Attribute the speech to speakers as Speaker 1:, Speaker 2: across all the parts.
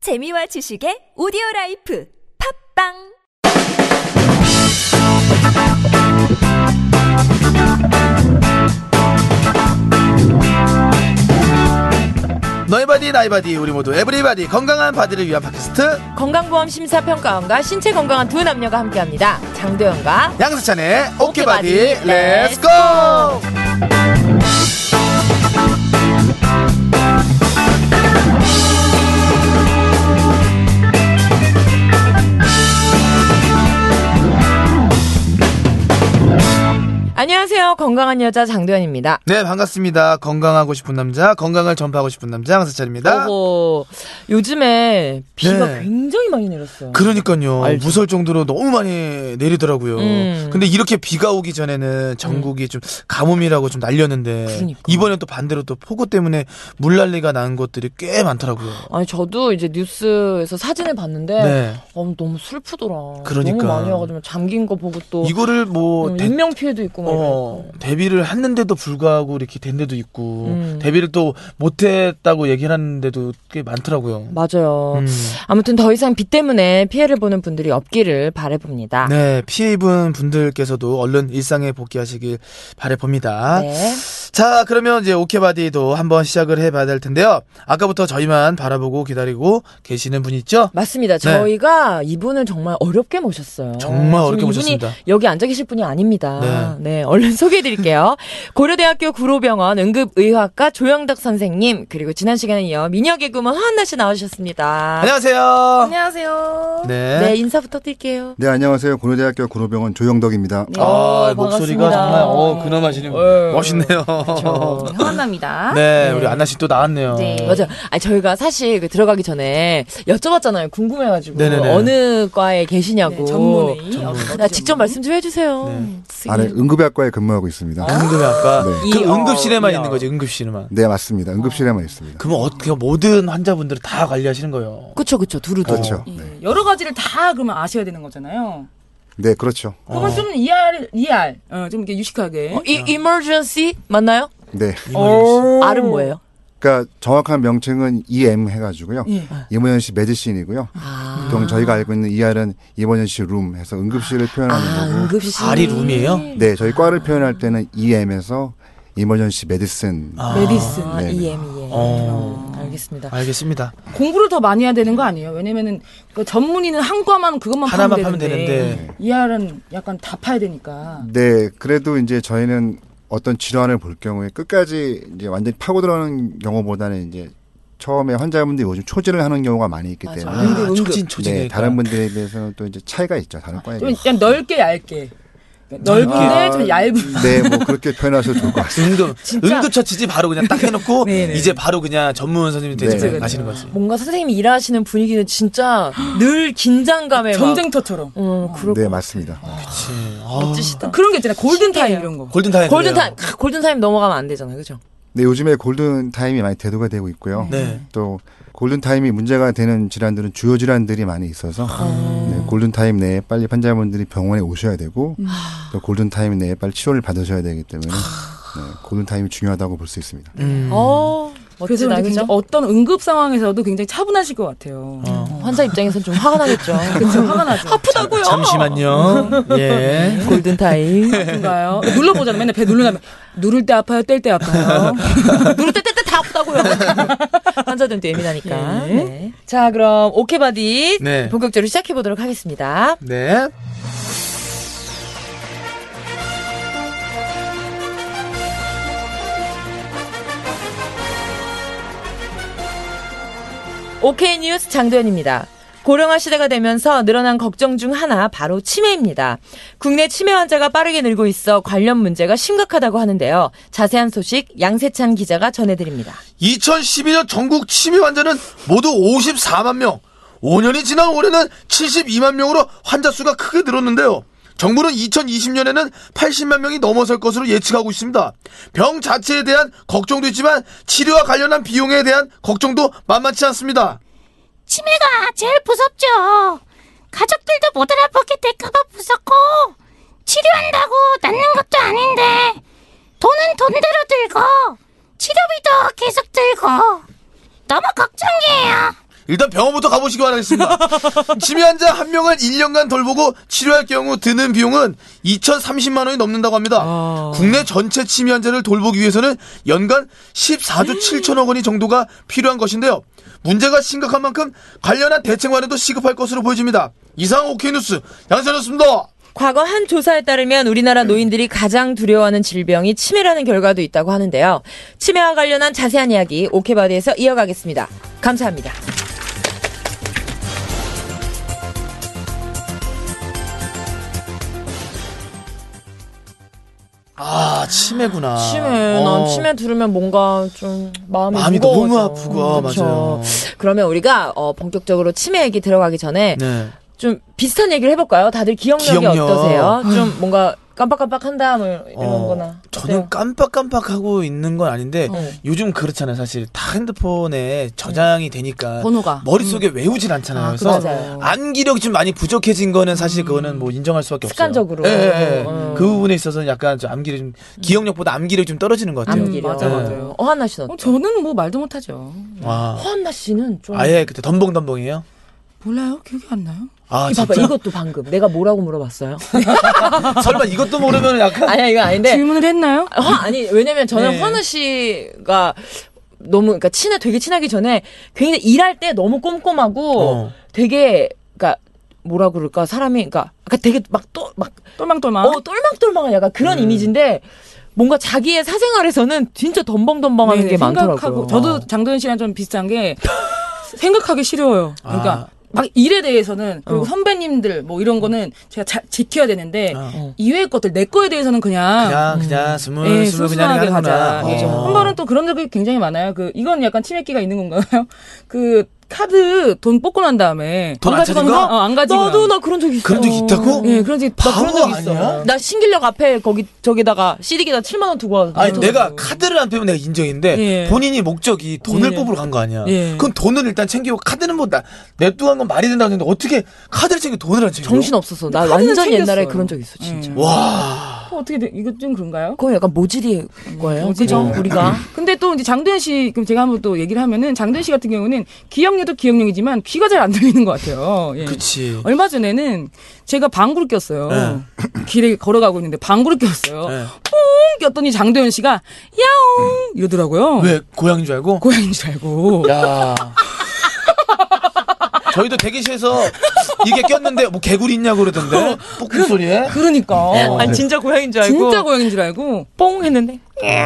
Speaker 1: 재미와 지식의 오디오 라이프 팝빵
Speaker 2: 너희 바디 나이 바디 우리 모두 에브리바디 건강한 바디를 위한 팟캐스트
Speaker 3: 건강보험 심사평가원과 신체 건강한 두 남녀가 함께합니다. 장도연과
Speaker 2: 양세찬의 오케이
Speaker 3: 오케이
Speaker 2: 바디
Speaker 3: 바디,
Speaker 2: 렛츠고
Speaker 3: 안녕하세요. 건강한 여자 장도연입니다.
Speaker 2: 네 반갑습니다 건강하고 싶은 남자 건강을 전파하고 싶은 남자 양세찬입니다
Speaker 3: 어허, 요즘에 비가
Speaker 2: 네.
Speaker 3: 굉장히 많이 내렸어요.
Speaker 2: 그러니까요
Speaker 3: 알죠.
Speaker 2: 무서울 정도로 너무 많이 내리더라고요
Speaker 3: 음.
Speaker 2: 근데 이렇게 비가 오기 전에는 전국이 좀 가뭄이라고 좀 날렸는데
Speaker 3: 그러니까.
Speaker 2: 이번엔 또 반대로 또 폭우 때문에 물난리가 난 것들이 꽤 많더라고요
Speaker 3: 아니 저도 이제 뉴스에서 사진을 봤는데
Speaker 2: 네.
Speaker 3: 어, 너무 슬프더라.
Speaker 2: 그러니까.
Speaker 3: 너무 많이 와가지고 잠긴 거 보고 또
Speaker 2: 이거를 뭐
Speaker 3: 음,
Speaker 2: 대-
Speaker 3: 인명 피해도 있고 막
Speaker 2: 어, 데뷔를 했는데도 불구하고 이렇게 된 데도 있고
Speaker 3: 음.
Speaker 2: 데뷔를 또 못했다고 얘기를 하는데도 꽤 많더라고요.
Speaker 3: 이러니까. 맞아요.
Speaker 2: 음.
Speaker 3: 아무튼 더 이상 비 때문에 피해를 보는 분들이 없기를 바래봅니다.
Speaker 2: 네, 피해 입은 분들께서도 얼른 일상에 복귀하시길 바라봅니다.
Speaker 3: 네.
Speaker 2: 자, 그러면 이제 오케바디도 한번 시작을 해봐야 될 텐데요. 아까부터 저희만 바라보고 기다리고 계시는 분 있죠?
Speaker 3: 맞습니다. 저희가 이분을 정말 어렵게 모셨어요.
Speaker 2: 네. 정말 어렵게
Speaker 3: 지금 이분이
Speaker 2: 모셨습니다.
Speaker 3: 여기 앉아 계실 분이 아닙니다. 네, 얼른 소개해드릴게요. 고려대학교 구로병원 응급의학과 조영덕 선생님 그리고 지난 시간에 이어 미녀 개그먼 허한나 씨 나오셨습니다.
Speaker 2: 아. 안녕하세요.
Speaker 3: 안녕하세요.
Speaker 2: 네.
Speaker 3: 네, 인사 부탁드릴게요.
Speaker 4: 네, 안녕하세요. 고려대학교 고려병원 조영덕입니다.
Speaker 2: 아,
Speaker 3: 어,
Speaker 2: 목소리가 정말 어, 근엄하시는
Speaker 3: 어.
Speaker 2: 멋있네요.
Speaker 3: 그쵸.
Speaker 5: 허한나입니다.
Speaker 2: 네, 우리 안나 씨 또 나왔네요.
Speaker 5: 네.
Speaker 3: 맞아요. 아니, 저희가 사실 그 들어가기 전에 여쭤봤잖아요. 궁금해가지고
Speaker 2: 네네네.
Speaker 3: 어느 과에 계시냐고.
Speaker 5: 네, 전문의.
Speaker 3: 나 직접 말씀 좀 해주세요.
Speaker 4: 아, 네, 응급의학과에 근무하고 있습니다.
Speaker 2: 응급이 아까
Speaker 4: 네.
Speaker 2: 그
Speaker 3: 이어,
Speaker 2: 응급실에만
Speaker 3: 이어.
Speaker 2: 있는 거지 응급실에만.
Speaker 4: 네, 맞습니다. 응급실에만 있습니다.
Speaker 2: 그러면 어떻게 모든 환자분들을 다 관리하시는 거예요.
Speaker 3: 그쵸, 그쵸. 두루두루.
Speaker 4: 그렇죠. 네.
Speaker 5: 예, 여러 가지를 다 그러면 아셔야 되는 거잖아요.
Speaker 4: 네, 그렇죠.
Speaker 5: 그러면 좀 ER, ER, 어, 좀 이렇게 유식하게.
Speaker 3: 어, 이 emergency 맞나요?
Speaker 4: 네.
Speaker 5: 오.
Speaker 3: R은 뭐예요?
Speaker 4: 그러니까 정확한 명칭은 EM 해가지고요.
Speaker 5: 예.
Speaker 4: 이모현씨 메디신이고요. 보통 저희가 알고 있는 ER은 이모현씨 룸 해서 응급실을 표현하는
Speaker 3: 아,
Speaker 4: 거고.
Speaker 3: 응급실.
Speaker 2: 알이 룸이에요?
Speaker 4: 네, 저희 과를 표현할 때는 E EM에서 이모전시 메디슨.
Speaker 5: 메디슨.
Speaker 3: 아,
Speaker 4: 네네.
Speaker 3: EM, EM.
Speaker 2: 어.
Speaker 3: 알겠습니다.
Speaker 2: 알겠습니다.
Speaker 5: 공부를 더 많이 해야 되는 거 아니에요? 왜냐면은 그 전문의는 한 과만 그것만
Speaker 2: 하나만
Speaker 5: 파면
Speaker 2: 파면
Speaker 5: 되는데,
Speaker 2: 되는데.
Speaker 5: ER은 약간 다 파야 되니까.
Speaker 4: 네, 그래도 이제 저희는 어떤 질환을 볼 경우에 끝까지 이제 완전히 파고들어오는 경우보다는 이제 처음에 환자분들이 요즘 초진을 하는 경우가 많이 있기
Speaker 5: 맞아.
Speaker 4: 때문에
Speaker 2: 아,
Speaker 5: 응급, 응급.
Speaker 2: 촉진 초진.
Speaker 4: 네, 다른 분들에 비해서는 또 이제 차이가 있죠. 다른 과에
Speaker 5: 좀
Speaker 4: 비해서.
Speaker 5: 약간 넓게 얇게. 넓은데
Speaker 4: 아,
Speaker 5: 좀 얇은.
Speaker 4: 네, 뭐 그렇게 표현하셔도 좋을 것 같습니다.
Speaker 2: 응급
Speaker 5: 진짜.
Speaker 2: 응급처치지 바로 그냥 딱
Speaker 3: 네,
Speaker 2: 해놓고 이제 바로 그냥 전문 선생님 되지
Speaker 4: 네.
Speaker 2: 마시는 거지.
Speaker 3: 뭔가 선생님이 일하시는 분위기는 진짜 늘 긴장감에 막-
Speaker 5: 전쟁터처럼.
Speaker 3: 어, 그렇고.
Speaker 4: 네, 맞습니다.
Speaker 5: 아.
Speaker 3: 아. 멋지시다.
Speaker 5: 그런 게 있잖아요. 골든타임 이런 거.
Speaker 2: 아, 골든 타임.
Speaker 3: 골든타임, 아, 골든타임 넘어가면 안 되잖아요. 그죠?
Speaker 4: 네, 요즘에 골든 타임이 많이 대두가 되고 있고요.
Speaker 2: 네.
Speaker 4: 또 골든 타임이 문제가 되는 질환들은 주요 질환들이 많이 있어서
Speaker 2: 아.
Speaker 4: 네, 골든 타임 내에 빨리 환자분들이 병원에 오셔야 되고
Speaker 2: 아.
Speaker 4: 또 골든 타임 내에 빨리 치료를 받으셔야 되기 때문에 네, 골든 타임이 중요하다고 볼 수 있습니다.
Speaker 2: 음.
Speaker 3: 어,
Speaker 5: 그래서
Speaker 3: 멋지다. 그죠?
Speaker 5: 굉장히 어떤 응급 상황에서도 굉장히 차분하실 것 같아요. 어,
Speaker 3: 어, 환자 입장에선 좀 화가 나겠죠.
Speaker 5: 그쵸, 화가 나죠.
Speaker 3: 아프다고요!
Speaker 2: 잠시만요. 예.
Speaker 3: 골든타임.
Speaker 5: 아픈가요? 눌러보잖아. 맨날 배 누르면 누를 때 아파요, 뗄 때 아파요.
Speaker 3: 누를 때, 때, 때 다 아프다고요. 환자들도 예민하니까. 네. 자, 그럼 오케바디
Speaker 2: 네.
Speaker 3: 본격적으로 시작해 보도록 하겠습니다.
Speaker 2: 네.
Speaker 3: 오케이 뉴스 장도연입니다. 고령화 시대가 되면서 늘어난 걱정 중 하나 바로 치매입니다. 국내 치매 환자가 빠르게 늘고 있어 관련 문제가 심각하다고 하는데요. 자세한 소식 양세찬 기자가 전해드립니다.
Speaker 2: 2012년 전국 치매 환자는 모두 54만 명. 5년이 지난 올해는 72만 명으로 환자 수가 크게 늘었는데요. 정부는 2020년에는 80만 명이 넘어설 것으로 예측하고 있습니다. 병 자체에 대한 걱정도 있지만 치료와 관련한 비용에 대한 걱정도 만만치 않습니다.
Speaker 6: 치매가 제일 무섭죠. 가족들도 못 알아보게 될까봐 무섭고 치료한다고 낫는 것도 아닌데 돈은 돈대로 들고 치료비도 계속 들고 너무 걱정이에요.
Speaker 2: 일단 병원부터 가보시기 바라겠습니다. 치매 환자 한 명을 1년간 돌보고 치료할 경우 드는 비용은 2,030만 원이 넘는다고 합니다.
Speaker 3: 아.
Speaker 2: 국내 전체 치매 환자를 돌보기 위해서는 연간
Speaker 3: 음.
Speaker 2: 14조 7천억 원이 정도가 필요한 것인데요. 문제가 심각한 만큼 관련한 대책 마련도 시급할 것으로 보여집니다. 이상 오케이 뉴스 양산이었습니다.
Speaker 3: 과거 한 조사에 따르면 우리나라 노인들이 가장 두려워하는 질병이 치매라는 결과도 있다고 하는데요. 치매와 관련한 자세한 이야기 오케바디에서 이어가겠습니다. 감사합니다.
Speaker 2: 아 치매구나.
Speaker 3: 치매,
Speaker 2: 어.
Speaker 3: 난 치매 들으면 뭔가 좀 마음이,
Speaker 2: 마음이
Speaker 3: 무거워져.
Speaker 2: 너무 아프고, 아, 맞아요.
Speaker 3: 그러면 우리가 어, 본격적으로 치매 얘기 들어가기 전에
Speaker 2: 네.
Speaker 3: 좀 비슷한 얘기를 해볼까요? 다들 기억력이
Speaker 2: 기억력. 아.
Speaker 3: 어떠세요? 좀 뭔가 깜빡깜빡한다 뭐 이런
Speaker 2: 어,
Speaker 3: 거나
Speaker 2: 저는
Speaker 3: 어때요?
Speaker 2: 깜빡깜빡하고 있는 건 아닌데
Speaker 3: 어.
Speaker 2: 요즘 그렇잖아요 사실 다 핸드폰에 저장이 되니까
Speaker 5: 번호가.
Speaker 2: 머릿속에 외우진 않잖아요
Speaker 5: 아,
Speaker 2: 그래서
Speaker 3: 맞아요.
Speaker 2: 암기력이 좀 많이 부족해진 거는 사실 그거는 뭐 인정할 수밖에
Speaker 3: 습관적으로.
Speaker 2: 없어요 예, 예, 예.
Speaker 3: 어.
Speaker 2: 그 부분에 있어서는 약간 좀 암기력 좀 기억력보다 암기력이 좀 떨어지는 것 같아요
Speaker 3: 암기력.
Speaker 5: 맞아,
Speaker 2: 예.
Speaker 5: 맞아요.
Speaker 3: 어, 한나 씨는
Speaker 5: 어,
Speaker 3: 어때요?
Speaker 5: 저는 뭐 말도 못하죠.
Speaker 2: 와.
Speaker 3: 허한나 씨는 좀
Speaker 2: 아예 그때 덤벙덤벙이에요
Speaker 5: 몰라요? 기억이 안 나요?
Speaker 2: 아
Speaker 3: 이 봐봐
Speaker 2: 진짜
Speaker 3: 이것도 방금 내가 뭐라고 물어봤어요?
Speaker 2: 설마 이것도 모르면 약간
Speaker 3: 아니야 이거 아닌데
Speaker 5: 질문을 했나요?
Speaker 3: 화, 네. 아니 왜냐면 저는
Speaker 2: 네.
Speaker 3: 허나 씨가 너무 그러니까 친해 되게 친하기 전에 굉장히 일할 때 너무 꼼꼼하고
Speaker 2: 어.
Speaker 3: 되게 그러니까 뭐라 그럴까 사람이 그러니까, 그러니까 되게 막 또 막
Speaker 2: 아?
Speaker 5: 똘망똘망.
Speaker 3: 어, 똘망똘망한 약간 그런
Speaker 2: 음.
Speaker 3: 이미지인데 뭔가 자기의 사생활에서는 진짜 덤벙덤벙하는
Speaker 5: 네,
Speaker 3: 게 많더라고요. 어.
Speaker 5: 생각하고 저도 장도연 씨랑 좀 비슷한 게 생각하기 싫어요.
Speaker 2: 아.
Speaker 5: 그러니까 막 일에 대해서는 그리고
Speaker 3: 어.
Speaker 5: 선배님들 뭐 이런 거는 제가 자- 지켜야 되는데
Speaker 2: 어.
Speaker 5: 이외의 것들 내 거에 대해서는 그냥
Speaker 2: 그냥 그냥 스물
Speaker 5: 음. 예,
Speaker 2: 스물 그냥
Speaker 5: 순수하게 가자.
Speaker 2: 하는구나
Speaker 5: 그렇죠.
Speaker 2: 어.
Speaker 5: 한 번은 또 그런 적이 굉장히 많아요. 그 이건 약간 치맥기가 있는 건가요? 그 카드 돈 뽑고 난 다음에
Speaker 2: 돈
Speaker 5: 안
Speaker 2: 안
Speaker 5: 가지고
Speaker 2: 찾은
Speaker 5: 간
Speaker 2: 거?
Speaker 5: 거? 어, 안 가지고
Speaker 3: 나도
Speaker 5: 간 거.
Speaker 3: 나 그런 적 있어.
Speaker 2: 그런 적 있다고?
Speaker 5: 예, 그런 적이 나
Speaker 2: 바보
Speaker 5: 그런 적이 있어.
Speaker 2: 아니야?
Speaker 3: 나 신길역 앞에 거기 저기다가 CD 기다 7만 원 두고 와.
Speaker 2: 아니
Speaker 5: 음.
Speaker 2: 내가 카드를 안 빼면 내가 인정인데
Speaker 5: 예.
Speaker 2: 본인이 목적이 돈을
Speaker 5: 예.
Speaker 2: 뽑으러 간 거 아니야.
Speaker 5: 예.
Speaker 2: 그럼 돈을 일단 챙기고 카드는 뭐 나, 냅두한 건 말이 된다고 했는데 어떻게 카드를 챙겨 돈을 안 챙겨?
Speaker 3: 정신 없었어. 나
Speaker 5: 카드는
Speaker 3: 완전 옛날에
Speaker 5: 챙겼어요.
Speaker 3: 그런 적 있어 진짜.
Speaker 5: 예.
Speaker 2: 와.
Speaker 5: 그거 어떻게 돼? 이거 좀 그런가요?
Speaker 3: 그거 약간 모질이 거예요.
Speaker 5: 모질이.
Speaker 3: 그죠?
Speaker 5: 어.
Speaker 3: 우리가
Speaker 5: 근데 또 이제 장도연 씨 그럼 제가 한번 또 얘기를 하면은 장도연 씨 같은 경우는 기억력도 기억력이지만 귀가 잘 안 들리는 것 같아요. 예.
Speaker 2: 그치.
Speaker 5: 얼마 전에는 제가 방구를 꼈어요. 길에 걸어가고 있는데 방구를 꼈어요.
Speaker 2: 예.
Speaker 5: 뿡 꼈더니 장도연 씨가 야옹 이러더라고요.
Speaker 2: 왜 고양인 줄 알고?
Speaker 5: 고양인 줄 알고.
Speaker 2: 야. 저희도 대기실에서 이게 꼈는데 뭐 개구리 있냐고 그러던데 뽀뽀 소리에.
Speaker 5: 어. 그러니까
Speaker 2: 예.
Speaker 3: 아니 진짜 고양인 줄 알고
Speaker 5: 진짜 고양인 줄 알고
Speaker 3: 뽕 했는데
Speaker 2: 예.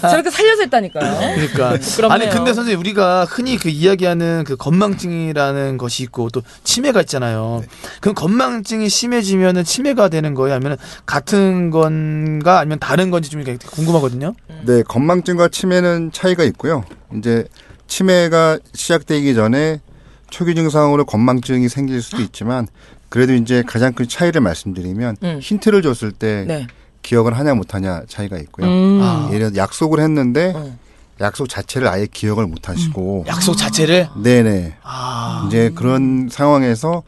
Speaker 5: 저렇게 살려서 했다니까요.
Speaker 2: 그러니까
Speaker 3: 부끄럽네요.
Speaker 2: 아니 근데 선생님 우리가 흔히 그 이야기하는 그 건망증이라는 것이 있고 또 치매가 있잖아요.
Speaker 4: 네.
Speaker 2: 그럼 건망증이 심해지면은 치매가 되는 거예요? 아니면 같은 건가 아니면 다른 건지 좀 이렇게 궁금하거든요.
Speaker 4: 네, 건망증과 치매는 차이가 있고요. 이제 치매가 시작되기 전에 초기 증상으로 건망증이 생길 수도 있지만 그래도 이제 가장 큰 차이를 말씀드리면
Speaker 3: 음.
Speaker 4: 힌트를 줬을 때
Speaker 3: 네.
Speaker 4: 기억을 하냐 못하냐 차이가 있고요.
Speaker 2: 아,
Speaker 4: 예를 들어 약속을 했는데 약속 자체를 아예 기억을 못하시고
Speaker 2: 약속 자체를
Speaker 4: 네네
Speaker 2: 아,
Speaker 4: 이제 그런 상황에서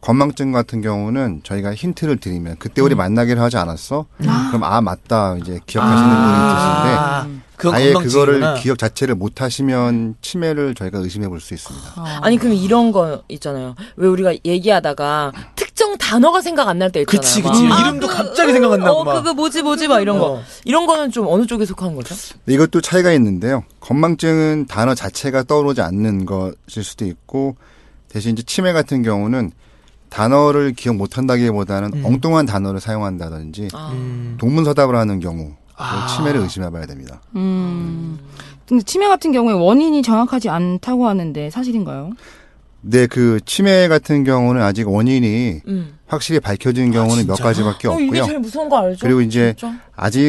Speaker 4: 건망증 같은 경우는 저희가 힌트를 드리면 그때
Speaker 2: 음.
Speaker 4: 우리 만나기로 하지 않았어? 그럼 아 맞다 이제 기억하시는 분이 계신데
Speaker 2: 아. 그건
Speaker 4: 아예
Speaker 2: 건망증이구나.
Speaker 4: 그거를 기억 자체를 못 하시면 치매를 저희가 의심해 볼 수 있습니다.
Speaker 3: 아니 그럼 이런 거 있잖아요. 왜 우리가 얘기하다가 특정 단어가 생각 안 날 때 있잖아요.
Speaker 2: 그치
Speaker 3: 막.
Speaker 2: 그치
Speaker 3: 아,
Speaker 2: 이름도
Speaker 3: 그,
Speaker 2: 갑자기
Speaker 3: 음,
Speaker 2: 생각난다고
Speaker 3: 어,
Speaker 2: 막.
Speaker 3: 그거 뭐지 뭐지 막 이런 거.
Speaker 2: 어.
Speaker 3: 이런 거는 좀 어느 쪽에 속한 거죠?
Speaker 4: 이것도 차이가 있는데요. 건망증은 단어 자체가 떠오르지 않는 것일 수도 있고 대신 이제 치매 같은 경우는 단어를 기억 못 한다기보다는
Speaker 3: 음.
Speaker 4: 엉뚱한 단어를 사용한다든지
Speaker 3: 아.
Speaker 4: 동문서답을 하는 경우 치매를 의심해 봐야 됩니다.
Speaker 5: 음. 근데 치매 같은 경우에 원인이 정확하지 않다고 하는데 사실인가요?
Speaker 4: 네, 그 치매 같은 경우는 아직 원인이
Speaker 3: 음.
Speaker 4: 확실히 밝혀진 경우는 몇
Speaker 2: 진짜?
Speaker 4: 가지밖에
Speaker 3: 어, 이게
Speaker 4: 없고요.
Speaker 3: 제일 무서운 거 알죠?
Speaker 4: 그리고 이제
Speaker 3: 진짜?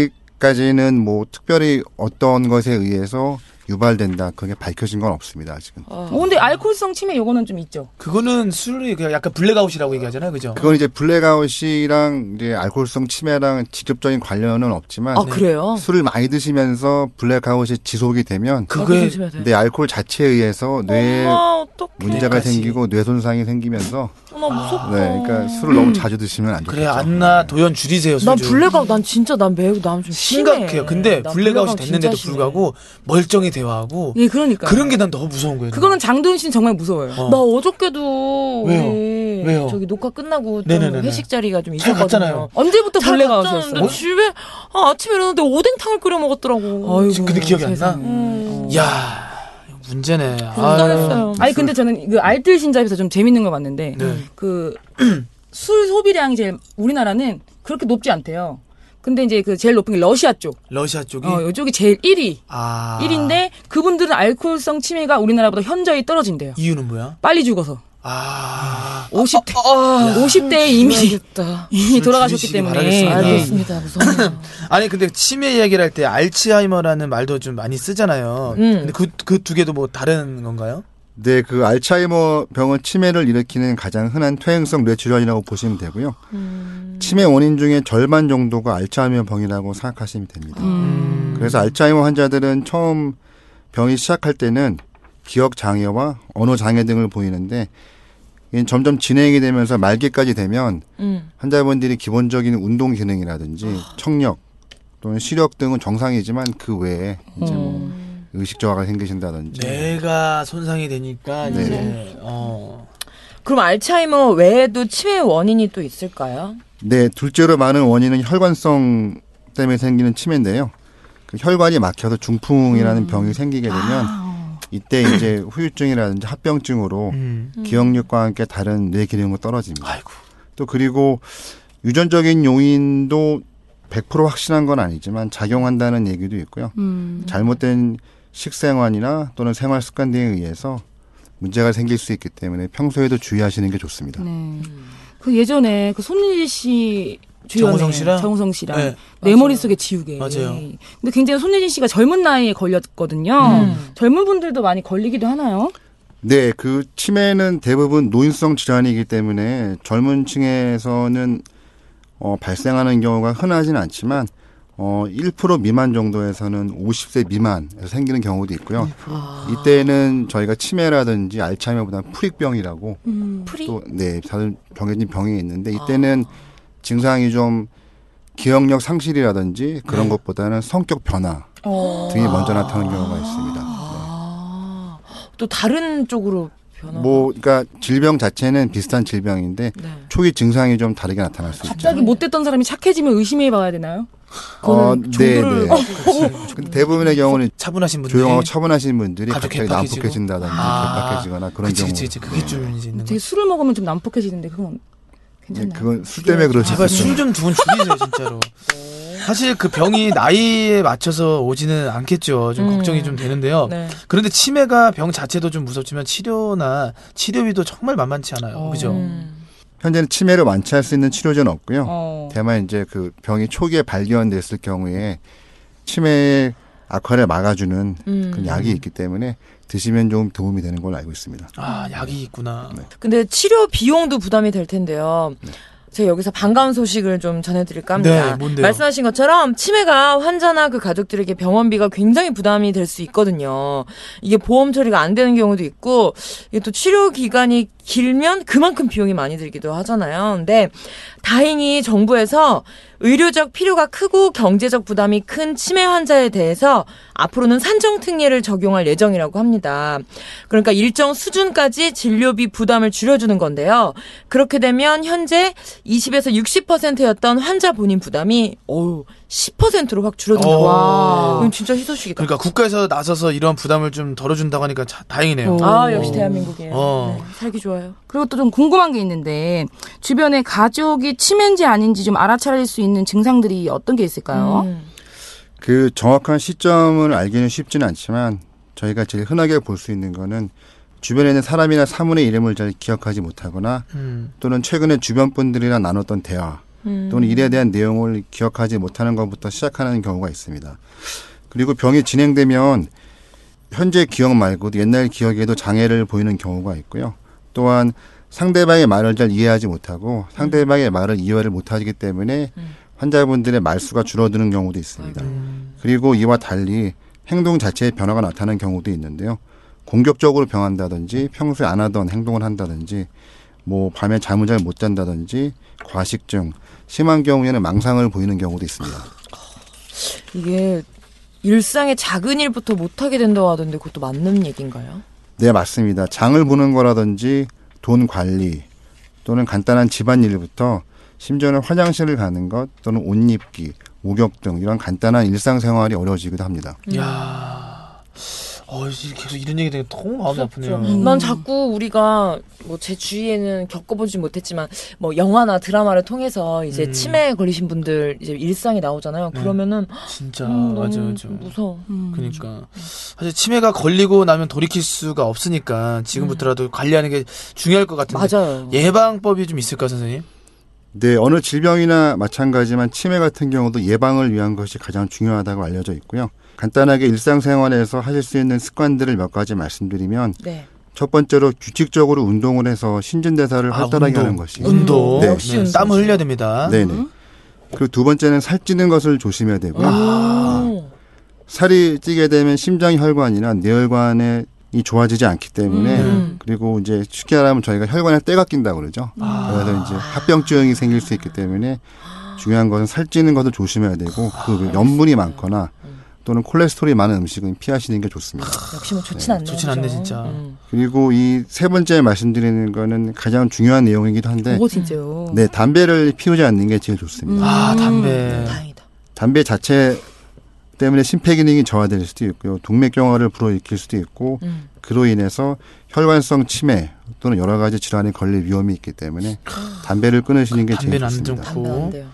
Speaker 4: 아직까지는 뭐 특별히 어떤 것에 의해서 유발된다 그게 밝혀진 건 없습니다 아직은
Speaker 5: 어, 근데 알코올성 치매 요거는 좀 있죠.
Speaker 2: 그거는 술이 그냥 약간 블랙아웃이라고 얘기하잖아요, 그죠?
Speaker 4: 그건 이제 블랙아웃이랑 이제 알코올성 치매랑 직접적인 관련은 없지만
Speaker 3: 아 그래요?
Speaker 4: 술을 많이 드시면서 블랙아웃이 지속이 되면
Speaker 3: 아,
Speaker 2: 그게 아,
Speaker 3: 조심해야 돼.
Speaker 4: 내 알코올 자체에 의해서 뇌에
Speaker 3: 엄마 어떡해.
Speaker 4: 문제가
Speaker 2: 뇌까지.
Speaker 4: 생기고 뇌 손상이 생기면서
Speaker 3: 엄마 무섭다.
Speaker 4: 네 그러니까 술을
Speaker 3: 음.
Speaker 4: 너무 자주 드시면 안 좋겠죠.
Speaker 2: 그래 안나 도연 줄이세요.
Speaker 3: 난
Speaker 2: 술 좀.
Speaker 3: 블랙아웃 난 진짜 난 매우 난좀
Speaker 2: 심각해요. 근데 블랙아웃이 됐는데도 불구하고 멀쩡히 대화하고
Speaker 5: 예, 그러니까.
Speaker 2: 그런 게 난 너무 무서운 거예요.
Speaker 5: 그거는 장도연 씨는 정말 무서워요.
Speaker 2: 어.
Speaker 3: 나 어저께도 우리
Speaker 2: 왜요? 왜요?
Speaker 3: 저기 녹화 끝나고 좀
Speaker 2: 네네네네.
Speaker 3: 회식 자리가 좀
Speaker 2: 잘
Speaker 3: 있었거든요.
Speaker 2: 갔잖아요.
Speaker 5: 언제부터
Speaker 3: 잘
Speaker 5: 벌레가
Speaker 3: 갔잖아.
Speaker 5: 오셨어요?
Speaker 3: 근데 집에 아, 아침에 일어났는데 오뎅탕을 끓여 먹었더라고.
Speaker 5: 아이고,
Speaker 2: 지금 근데 기억이 안 나?
Speaker 5: 음, 세상에. 음.
Speaker 2: 야 문제네.
Speaker 3: 불쌍했어요.
Speaker 5: 아니 근데 저는 그 알뜰 신잡에서 좀 재밌는 거 봤는데
Speaker 2: 네.
Speaker 5: 그 술 소비량이 제일 우리나라는 그렇게 높지 않대요. 근데 이제 그 제일 높은 게 러시아 쪽.
Speaker 2: 러시아 쪽이
Speaker 5: 어, 요쪽이 제일 1위.
Speaker 2: 음. 아
Speaker 5: 1위인데 그분들은 알코올성 치매가 우리나라보다 현저히 떨어진대요.
Speaker 2: 이유는 뭐야?
Speaker 5: 빨리 죽어서.
Speaker 2: 아
Speaker 5: 50대 50대에 이미
Speaker 3: 미치겠다.
Speaker 5: 이미 돌아가셨기
Speaker 2: 줄이시기
Speaker 5: 때문에.
Speaker 2: 바라겠습니다.
Speaker 5: 예.
Speaker 3: 알겠습니다. 무서워요.
Speaker 2: 아니 근데 치매 이야기를 할 때 알츠하이머라는 말도 좀 많이 쓰잖아요.
Speaker 5: 음.
Speaker 2: 근데 그 그 두 개도 뭐 다른 건가요?
Speaker 4: 네, 그 알츠하이머 병원 치매를 일으키는 가장 흔한 퇴행성 뇌질환이라고 보시면 되고요. 치매 원인 중에 절반 정도가 알츠하이머 병이라고 생각하시면 됩니다. 그래서 알츠하이머 환자들은 처음 병이 시작할 때는 기억 장애와 언어 장애 등을 보이는데 이 점점 진행이 되면서 말기까지 되면
Speaker 3: 음.
Speaker 4: 환자분들이 기본적인 운동 기능이라든지 청력 또는 시력 등은 정상이지만 그 외에 이제 뭐 의식 저하가 생기신다든지
Speaker 2: 네. 뇌가 손상이 되니까
Speaker 4: 네.
Speaker 2: 이제 어
Speaker 3: 그럼 알츠하이머 외에도 치매 원인이 또 있을까요?
Speaker 4: 네, 둘째로 많은 원인은 혈관성 때문에 생기는 치매인데요. 그 혈관이 막혀서 중풍이라는
Speaker 2: 음.
Speaker 4: 병이 생기게 되면
Speaker 2: 아.
Speaker 4: 이때 이제 후유증이라든지 합병증으로
Speaker 2: 음.
Speaker 4: 기억력과 함께 다른 뇌 기능도 떨어집니다.
Speaker 2: 아이고
Speaker 4: 또 그리고 유전적인 요인도 100% 확실한 건 아니지만 작용한다는 얘기도 있고요.
Speaker 2: 음.
Speaker 4: 잘못된 식생활이나 또는 생활 습관 등에 의해서 문제가 생길 수 있기 때문에 평소에도 주의하시는 게 좋습니다.
Speaker 5: 네. 그 예전에 그 손예지 씨 주연의
Speaker 2: 정우성 씨랑?
Speaker 5: 정우성 씨랑
Speaker 2: 네.
Speaker 5: 내 머릿속에 지우개.
Speaker 2: 맞아요.
Speaker 5: 근데 굉장히 손예진 씨가 젊은 나이에 걸렸거든요.
Speaker 2: 음.
Speaker 5: 젊은 분들도 많이 걸리기도 하나요?
Speaker 4: 네, 그 치매는 대부분 노인성 질환이기 때문에 젊은 층에서는 어, 발생하는 경우가 흔하진 않지만 어, 1% 미만 정도에서는 50세 미만에서 생기는 경우도 있고요. 이때는 저희가 치매라든지 알츠하이머보다 프릭병이라고
Speaker 2: 음.
Speaker 3: 프리?
Speaker 4: 또 네, 다른 병해진 병이 있는데 이때는 증상이 좀 기억력 상실이라든지 그런 것보다는 성격 변화 등이 먼저 나타나는 경우가 있습니다. 네.
Speaker 3: 아, 또 다른 쪽으로 변화.
Speaker 4: 뭐, 그러니까 질병 자체는 비슷한 질병인데
Speaker 3: 네.
Speaker 4: 초기 증상이 좀 다르게 나타날 수
Speaker 2: 네.
Speaker 4: 있죠.
Speaker 5: 갑자기 못됐던 사람이 착해지면 의심해 봐야 되나요?
Speaker 4: 어, 네,
Speaker 5: 정도를-
Speaker 4: 네. 근데 대부분의 경우는
Speaker 2: 차분하신 분들
Speaker 4: 조용하고 차분하신 분들이
Speaker 2: 가족 개빡해지고.
Speaker 4: 갑자기
Speaker 2: 뭐. 아.
Speaker 4: 난폭해진다든지 개빡해지거나 그런
Speaker 2: 그치,
Speaker 4: 경우.
Speaker 2: 그치 그치 그게 좀 이제
Speaker 5: 되게 술을 먹으면 좀 난폭해지는데 그건
Speaker 4: 네,
Speaker 5: 괜찮나요?
Speaker 4: 그건 술 때문에 그럴 수
Speaker 2: 제발 술
Speaker 4: 있어요.
Speaker 2: 좀 두분 줄이세요 진짜로. 사실 그 병이 나이에 맞춰서 오지는 않겠죠. 좀 음. 걱정이 좀 되는데요.
Speaker 3: 네.
Speaker 2: 그런데 치매가 병 자체도 좀 무섭지만 치료나 치료비도 정말 만만치 않아요. 그죠?
Speaker 3: 음.
Speaker 4: 현재는 치매를 완치할 수 있는 치료제는 없고요.
Speaker 5: 어.
Speaker 4: 다만 이제 그 병이 초기에 발견됐을 경우에 치매 악화를 막아주는
Speaker 5: 음.
Speaker 4: 그런 약이 있기 때문에 드시면 좀 도움이 되는 걸로 알고 있습니다.
Speaker 2: 아 약이 있구나.
Speaker 4: 네.
Speaker 3: 근데 치료 비용도 부담이 될 텐데요. 제가 여기서 반가운 소식을 좀 전해드릴까 합니다.
Speaker 2: 네, 뭔데요?
Speaker 3: 말씀하신 것처럼 치매가 환자나 그 가족들에게 병원비가 굉장히 부담이 될 수 있거든요. 이게 보험 처리가 안 되는 경우도 있고 이게 또 치료 기간이 길면 그만큼 비용이 많이 들기도 하잖아요. 근데 다행히 정부에서 의료적 필요가 크고 경제적 부담이 큰 치매 환자에 대해서 앞으로는 산정 특례를 적용할 예정이라고 합니다. 그러니까 일정 수준까지 진료비 부담을 줄여주는 건데요. 그렇게 되면 현재 20에서 60%였던 환자 본인 부담이 어우 10%로 확 줄어든다.
Speaker 2: 와.
Speaker 3: 이건 진짜 희소식이다.
Speaker 2: 그러니까 국가에서 나서서 이런 부담을 좀 덜어준다고 하니까 자- 다행이네요.
Speaker 3: 아 역시 대한민국이에요.
Speaker 2: 어.
Speaker 3: 네, 살기 좋아요.
Speaker 5: 그리고 또 좀 궁금한 게 있는데 주변에 가족이 치매인지 아닌지 좀 알아차릴 수 있는 증상들이 어떤 게 있을까요?
Speaker 2: 음.
Speaker 3: 음.
Speaker 4: 그 정확한 시점을 알기는 쉽지는 않지만 저희가 제일 흔하게 볼 수 있는 거는 주변에 있는 사람이나 사물의 이름을 잘 기억하지 못하거나
Speaker 2: 음.
Speaker 4: 또는 최근에 주변 분들이랑 나눴던 대화 또는 일에 대한 내용을 기억하지 못하는 것부터 시작하는 경우가 있습니다. 그리고 병이 진행되면 현재 기억 말고도 옛날 기억에도 장애를 보이는 경우가 있고요. 또한 상대방의 말을 잘 이해하지 못하고 상대방의 말을 이해를 못하기 때문에 환자분들의 말수가 줄어드는 경우도 있습니다. 그리고 이와 달리 행동 자체에 변화가 나타나는 경우도 있는데요. 공격적으로 병한다든지 평소에 안 하던 행동을 한다든지 뭐 밤에 잠을 잘 못 잔다든지 과식증 심한 경우에는 망상을 보이는 경우도 있습니다.
Speaker 3: 이게 일상의 작은 일부터 못하게 된다고 하던데 그것도 맞는 얘기인가요?
Speaker 4: 네, 맞습니다. 장을 보는 거라든지 돈 관리 또는 간단한 집안일부터 심지어는 화장실을 가는 것 또는 옷 입기, 목욕 등 이런 간단한 일상생활이 어려워지기도 합니다.
Speaker 2: 음. 어, 이제 계속 이런 얘기 되게 너무 마음이 아프네요.
Speaker 3: 난 자꾸 우리가 뭐 제 주위에는 겪어보지 못했지만 뭐 영화나 드라마를 통해서 이제
Speaker 2: 음.
Speaker 3: 치매에 걸리신 분들 이제 일상이 나오잖아요.
Speaker 2: 네.
Speaker 3: 그러면은
Speaker 2: 진짜
Speaker 3: 음, 너무
Speaker 2: 맞아요, 맞아요.
Speaker 3: 무서워. 음.
Speaker 2: 그러니까 사실 치매가 걸리고 나면 돌이킬 수가 없으니까 지금부터라도 관리하는 게 중요할 것 같은데
Speaker 3: 음. 맞아요.
Speaker 2: 예방법이 좀 있을까 선생님?
Speaker 4: 네, 어느 질병이나 마찬가지지만 치매 같은 경우도 예방을 위한 것이 가장 중요하다고 알려져 있고요. 간단하게 일상생활에서 하실 수 있는 습관들을 몇 가지 말씀드리면
Speaker 3: 네.
Speaker 4: 첫 번째로 규칙적으로 운동을 해서 신진대사를
Speaker 2: 아,
Speaker 4: 활달하게
Speaker 2: 운동.
Speaker 4: 하는 것이
Speaker 2: 운동
Speaker 4: 네.
Speaker 3: 음, 역시 운동.
Speaker 2: 땀을 흘려야 됩니다.
Speaker 4: 네네. 그리고 두 번째는 살찌는 것을 조심해야 되고요.
Speaker 2: 아.
Speaker 3: 오.
Speaker 4: 살이 찌게 되면 심장 혈관이나 뇌혈관이 좋아지지 않기 때문에
Speaker 3: 음.
Speaker 4: 그리고 이제 쉽게 말하면 저희가 혈관에 때가 낀다고 그러죠.
Speaker 2: 아.
Speaker 4: 그래서 이제 합병증이 생길 수 있기 때문에 중요한 것은 살찌는 것을 조심해야 되고 그 외에 염분이 많거나 또는 콜레스테롤이 많은 음식은 피하시는 게 좋습니다.
Speaker 3: 역시 뭐 좋진 않네요.
Speaker 2: 좋진 않네,
Speaker 3: 그죠?
Speaker 2: 진짜.
Speaker 3: 음.
Speaker 4: 그리고 이 세 번째 말씀드리는 거는 가장 중요한 내용이기도 한데
Speaker 5: 오 어, 진짜요.
Speaker 2: 음.
Speaker 4: 네, 담배를 피우지 않는 게 제일
Speaker 3: 음.
Speaker 4: 좋습니다.
Speaker 2: 아
Speaker 3: 네.
Speaker 4: 네.
Speaker 2: 담배.
Speaker 3: 다행이다.
Speaker 4: 담배 자체 때문에 심폐 기능이 저하될 수도 있고요. 동맥경화를 불어일으킬 수도 있고
Speaker 3: 음.
Speaker 4: 그로 인해서 혈관성 치매 또는 여러 가지 질환에 걸릴 위험이 있기 때문에 담배를 끊으시는 게 제일
Speaker 2: 담배는 안
Speaker 4: 좋습니다.
Speaker 2: 좋고.
Speaker 3: 담배 안 돼요.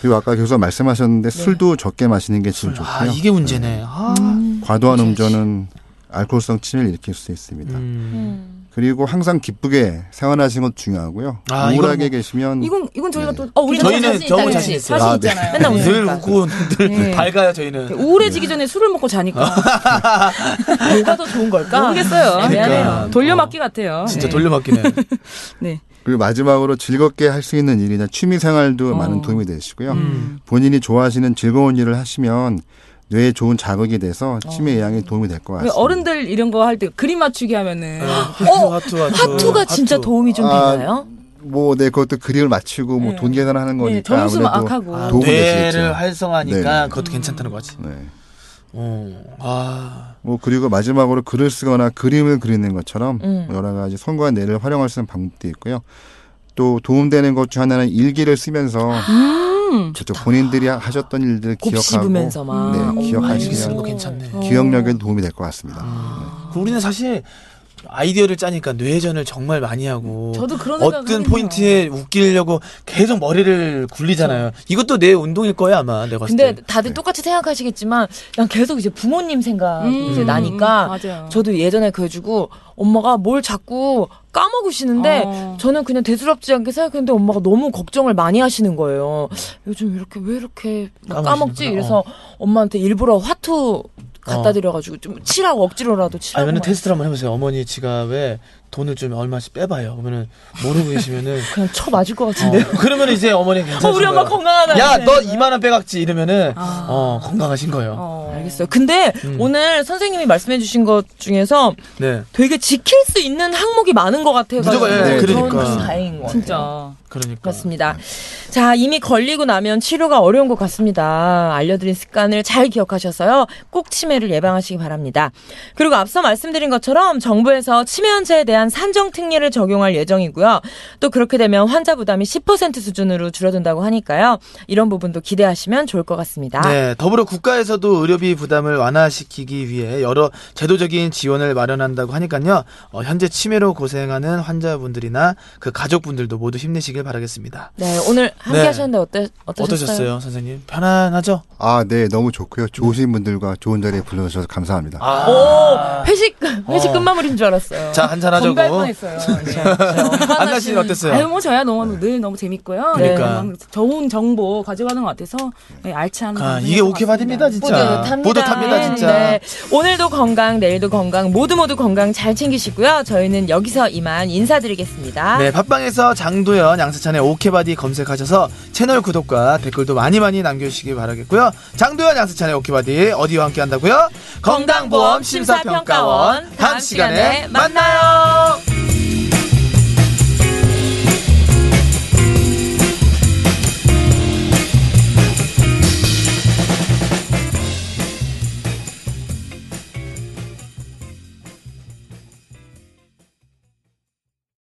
Speaker 4: 그리고 아까 교수님 말씀하셨는데 술도 적게 마시는 게 제일 좋고요.
Speaker 2: 네. 아 이게 문제네. 아.
Speaker 3: 음.
Speaker 4: 과도한 음주는 알코올성 치매를 일으킬 수 있습니다.
Speaker 2: 음.
Speaker 4: 그리고 항상 기쁘게 생활하시는 것도 중요하고
Speaker 2: 아,
Speaker 4: 우울하게
Speaker 2: 이거는
Speaker 4: 계시면
Speaker 5: 이건 이건 저희가
Speaker 4: 네.
Speaker 5: 또
Speaker 3: 어, 우리
Speaker 2: 저희는
Speaker 5: 자신
Speaker 2: 저거
Speaker 5: 있다,
Speaker 2: 자신 있어요.
Speaker 5: 사실
Speaker 4: 아, 네.
Speaker 5: 있잖아요.
Speaker 3: 맨날 웃으니까.
Speaker 2: 늘 웃고 늘
Speaker 5: 네.
Speaker 2: 밝아요 저희는.
Speaker 5: 우울해지기 전에 술을 먹고 자니까
Speaker 3: 뭐가 더 좋은 걸까?
Speaker 5: 모르겠어요.
Speaker 2: 그러니까. 어.
Speaker 5: 미안해요. 돌려막기 같아요.
Speaker 2: 진짜
Speaker 5: 네.
Speaker 2: 돌려막기네.
Speaker 5: 네.
Speaker 4: 그리고 마지막으로 즐겁게 할 수 있는 일이나 취미 생활도 많은 도움이 되시고요. 본인이 좋아하시는 즐거운 일을 하시면 뇌에 좋은 자극이 돼서 치매 예방에 도움이 될 것
Speaker 5: 왜
Speaker 4: 같습니다.
Speaker 5: 어른들 이런 거 할 때 그림 맞추기 하면은
Speaker 2: 아, 하투 하투 하투.
Speaker 3: 투가
Speaker 2: 하투.
Speaker 3: 어, 진짜 도움이 좀
Speaker 4: 아,
Speaker 3: 되나요?
Speaker 4: 뭐, 네, 그것도 그림을 맞추고, 뭐, 돈 계산하는
Speaker 5: 네,
Speaker 4: 거니까.
Speaker 5: 점수 막
Speaker 4: 아무래도
Speaker 5: 하고.
Speaker 2: 아,
Speaker 4: 도움이 되시죠.
Speaker 2: 뇌를 활성화하니까
Speaker 4: 네.
Speaker 2: 그것도 괜찮다는 거지.
Speaker 4: 네.
Speaker 2: 어. 아.
Speaker 4: 뭐, 그리고 마지막으로 글을 쓰거나 그림을 그리는 것처럼 여러 가지 손과 뇌를 활용할 수 있는 방법도 있고요. 또 도움되는 것 중 하나는 일기를 쓰면서 그렇죠. 본인들이 하셨던 일들 기억하고
Speaker 3: 곱씹으면서 막.
Speaker 4: 네,
Speaker 2: 일기 쓰는 거
Speaker 4: 기억하시면
Speaker 2: 괜찮네.
Speaker 4: 기억력에도 도움이 될 것 같습니다. 네.
Speaker 2: 그 우리는 사실 아이디어를 짜니까 뇌전을 정말 많이 하고
Speaker 5: 저도 그런 생각
Speaker 2: 어떤
Speaker 5: 하거든요.
Speaker 2: 포인트에 웃기려고 계속 머리를 굴리잖아요. 이것도 뇌 운동일 거야 아마 내가 봤을
Speaker 3: 근데
Speaker 2: 때.
Speaker 3: 다들 똑같이 생각하시겠지만 난 계속 이제 부모님 생각이 이제
Speaker 5: 음,
Speaker 3: 나니까
Speaker 5: 맞아요.
Speaker 3: 저도 예전에 그래가지고 엄마가 뭘 자꾸 까먹으시는데
Speaker 2: 아.
Speaker 5: 어.
Speaker 3: 저는 그냥 대수롭지 않게 생각했는데 엄마가 너무 걱정을 많이 하시는 거예요. 요즘 이렇게 왜 이렇게 막
Speaker 2: 까먹으시는구나.
Speaker 3: 까먹지? 이래서 엄마한테 일부러 화투 갖다
Speaker 2: 어.
Speaker 3: 드려가지고 좀 치라고 억지로라도 뭐 치라고.
Speaker 2: 아니면
Speaker 3: 막
Speaker 2: 테스트를 한번 해보세요. 어머니 지갑에 돈을 좀 얼마씩 빼봐요. 그러면은 모르고 계시면은
Speaker 3: 그냥 쳐 맞을 것 같은데.
Speaker 2: 어, 그러면 이제 어머니 괜찮으신
Speaker 3: 네. 우리 엄마
Speaker 2: 거예요.
Speaker 3: 건강하다.
Speaker 2: 야, 너 2만 원 빼갔지 이러면은 어 건강하신 거예요.
Speaker 3: 알겠어요. 근데
Speaker 2: 음.
Speaker 3: 오늘 선생님이 말씀해주신 것 중에서
Speaker 2: 네,
Speaker 3: 되게 지킬 수 있는 항목이 많은 것 같아가지고
Speaker 2: 무조건, 예,
Speaker 3: 저는
Speaker 2: 그러니까.
Speaker 3: 좀 다행인 것 같아요.
Speaker 5: 진짜
Speaker 2: 그러니까.
Speaker 3: 그렇습니다. 자, 이미 걸리고 나면 치료가 어려운 것 같습니다. 알려드린 습관을 잘 기억하셔서요. 꼭 치매를 예방하시기 바랍니다. 그리고 앞서 말씀드린 것처럼 정부에서 치매 환자에 대한 산정 특례를 적용할 예정이고요. 또 그렇게 되면 환자 부담이 10% 수준으로 줄어든다고 하니까요. 이런 부분도 기대하시면 좋을 것 같습니다.
Speaker 2: 네, 더불어 국가에서도 의료비 부담을 완화시키기 위해 여러 제도적인 지원을 마련한다고 하니까요. 어, 현재 치매로 고생하는 환자분들이나 그 가족분들도 모두 힘내시길 바라겠습니다.
Speaker 3: 네, 오늘 함께
Speaker 2: 네.
Speaker 3: 하셨는데 어때, 어떠셨어요?
Speaker 2: 어떠셨어요, 선생님? 편안하죠?
Speaker 4: 아, 네, 너무 좋고요. 좋으신 분들과 좋은 자리에 불러주셔서 감사합니다.
Speaker 3: 오, 회식, 회식
Speaker 2: 어.
Speaker 3: 끝마무리인 줄 알았어요.
Speaker 2: 아, 자, 한잔하자고.
Speaker 5: 건갈 뻔했어요.
Speaker 2: 안나 씨는 어땠어요?
Speaker 5: 아유 뭐 저야 너무 늘 너무 재밌고요.
Speaker 2: 네. 그러니까.
Speaker 5: 네, 좋은 정보 가져가는 것 같아서 네, 알찬.
Speaker 2: 아,
Speaker 5: 방송이었던
Speaker 2: 이게
Speaker 5: 것
Speaker 2: 오케이
Speaker 5: 같습니다.
Speaker 2: 바디입니다, 진짜.
Speaker 3: 뿌듯합니다.
Speaker 2: 뿌듯합니다, 진짜.
Speaker 3: 네. 오늘도 건강, 내일도 건강, 모두 모두 건강 잘 챙기시고요. 저희는 여기서 이만 인사드리겠습니다.
Speaker 2: 네, 팟빵에서 장도연, 양세찬의 오케바디 검색하셔서 채널 구독과 댓글도 많이 많이 남겨주시기 바라겠고요. 장도연, 양세찬의 오케바디 어디와 함께 한다고요? 건강보험 심사평가원 다음 시간에 만나요.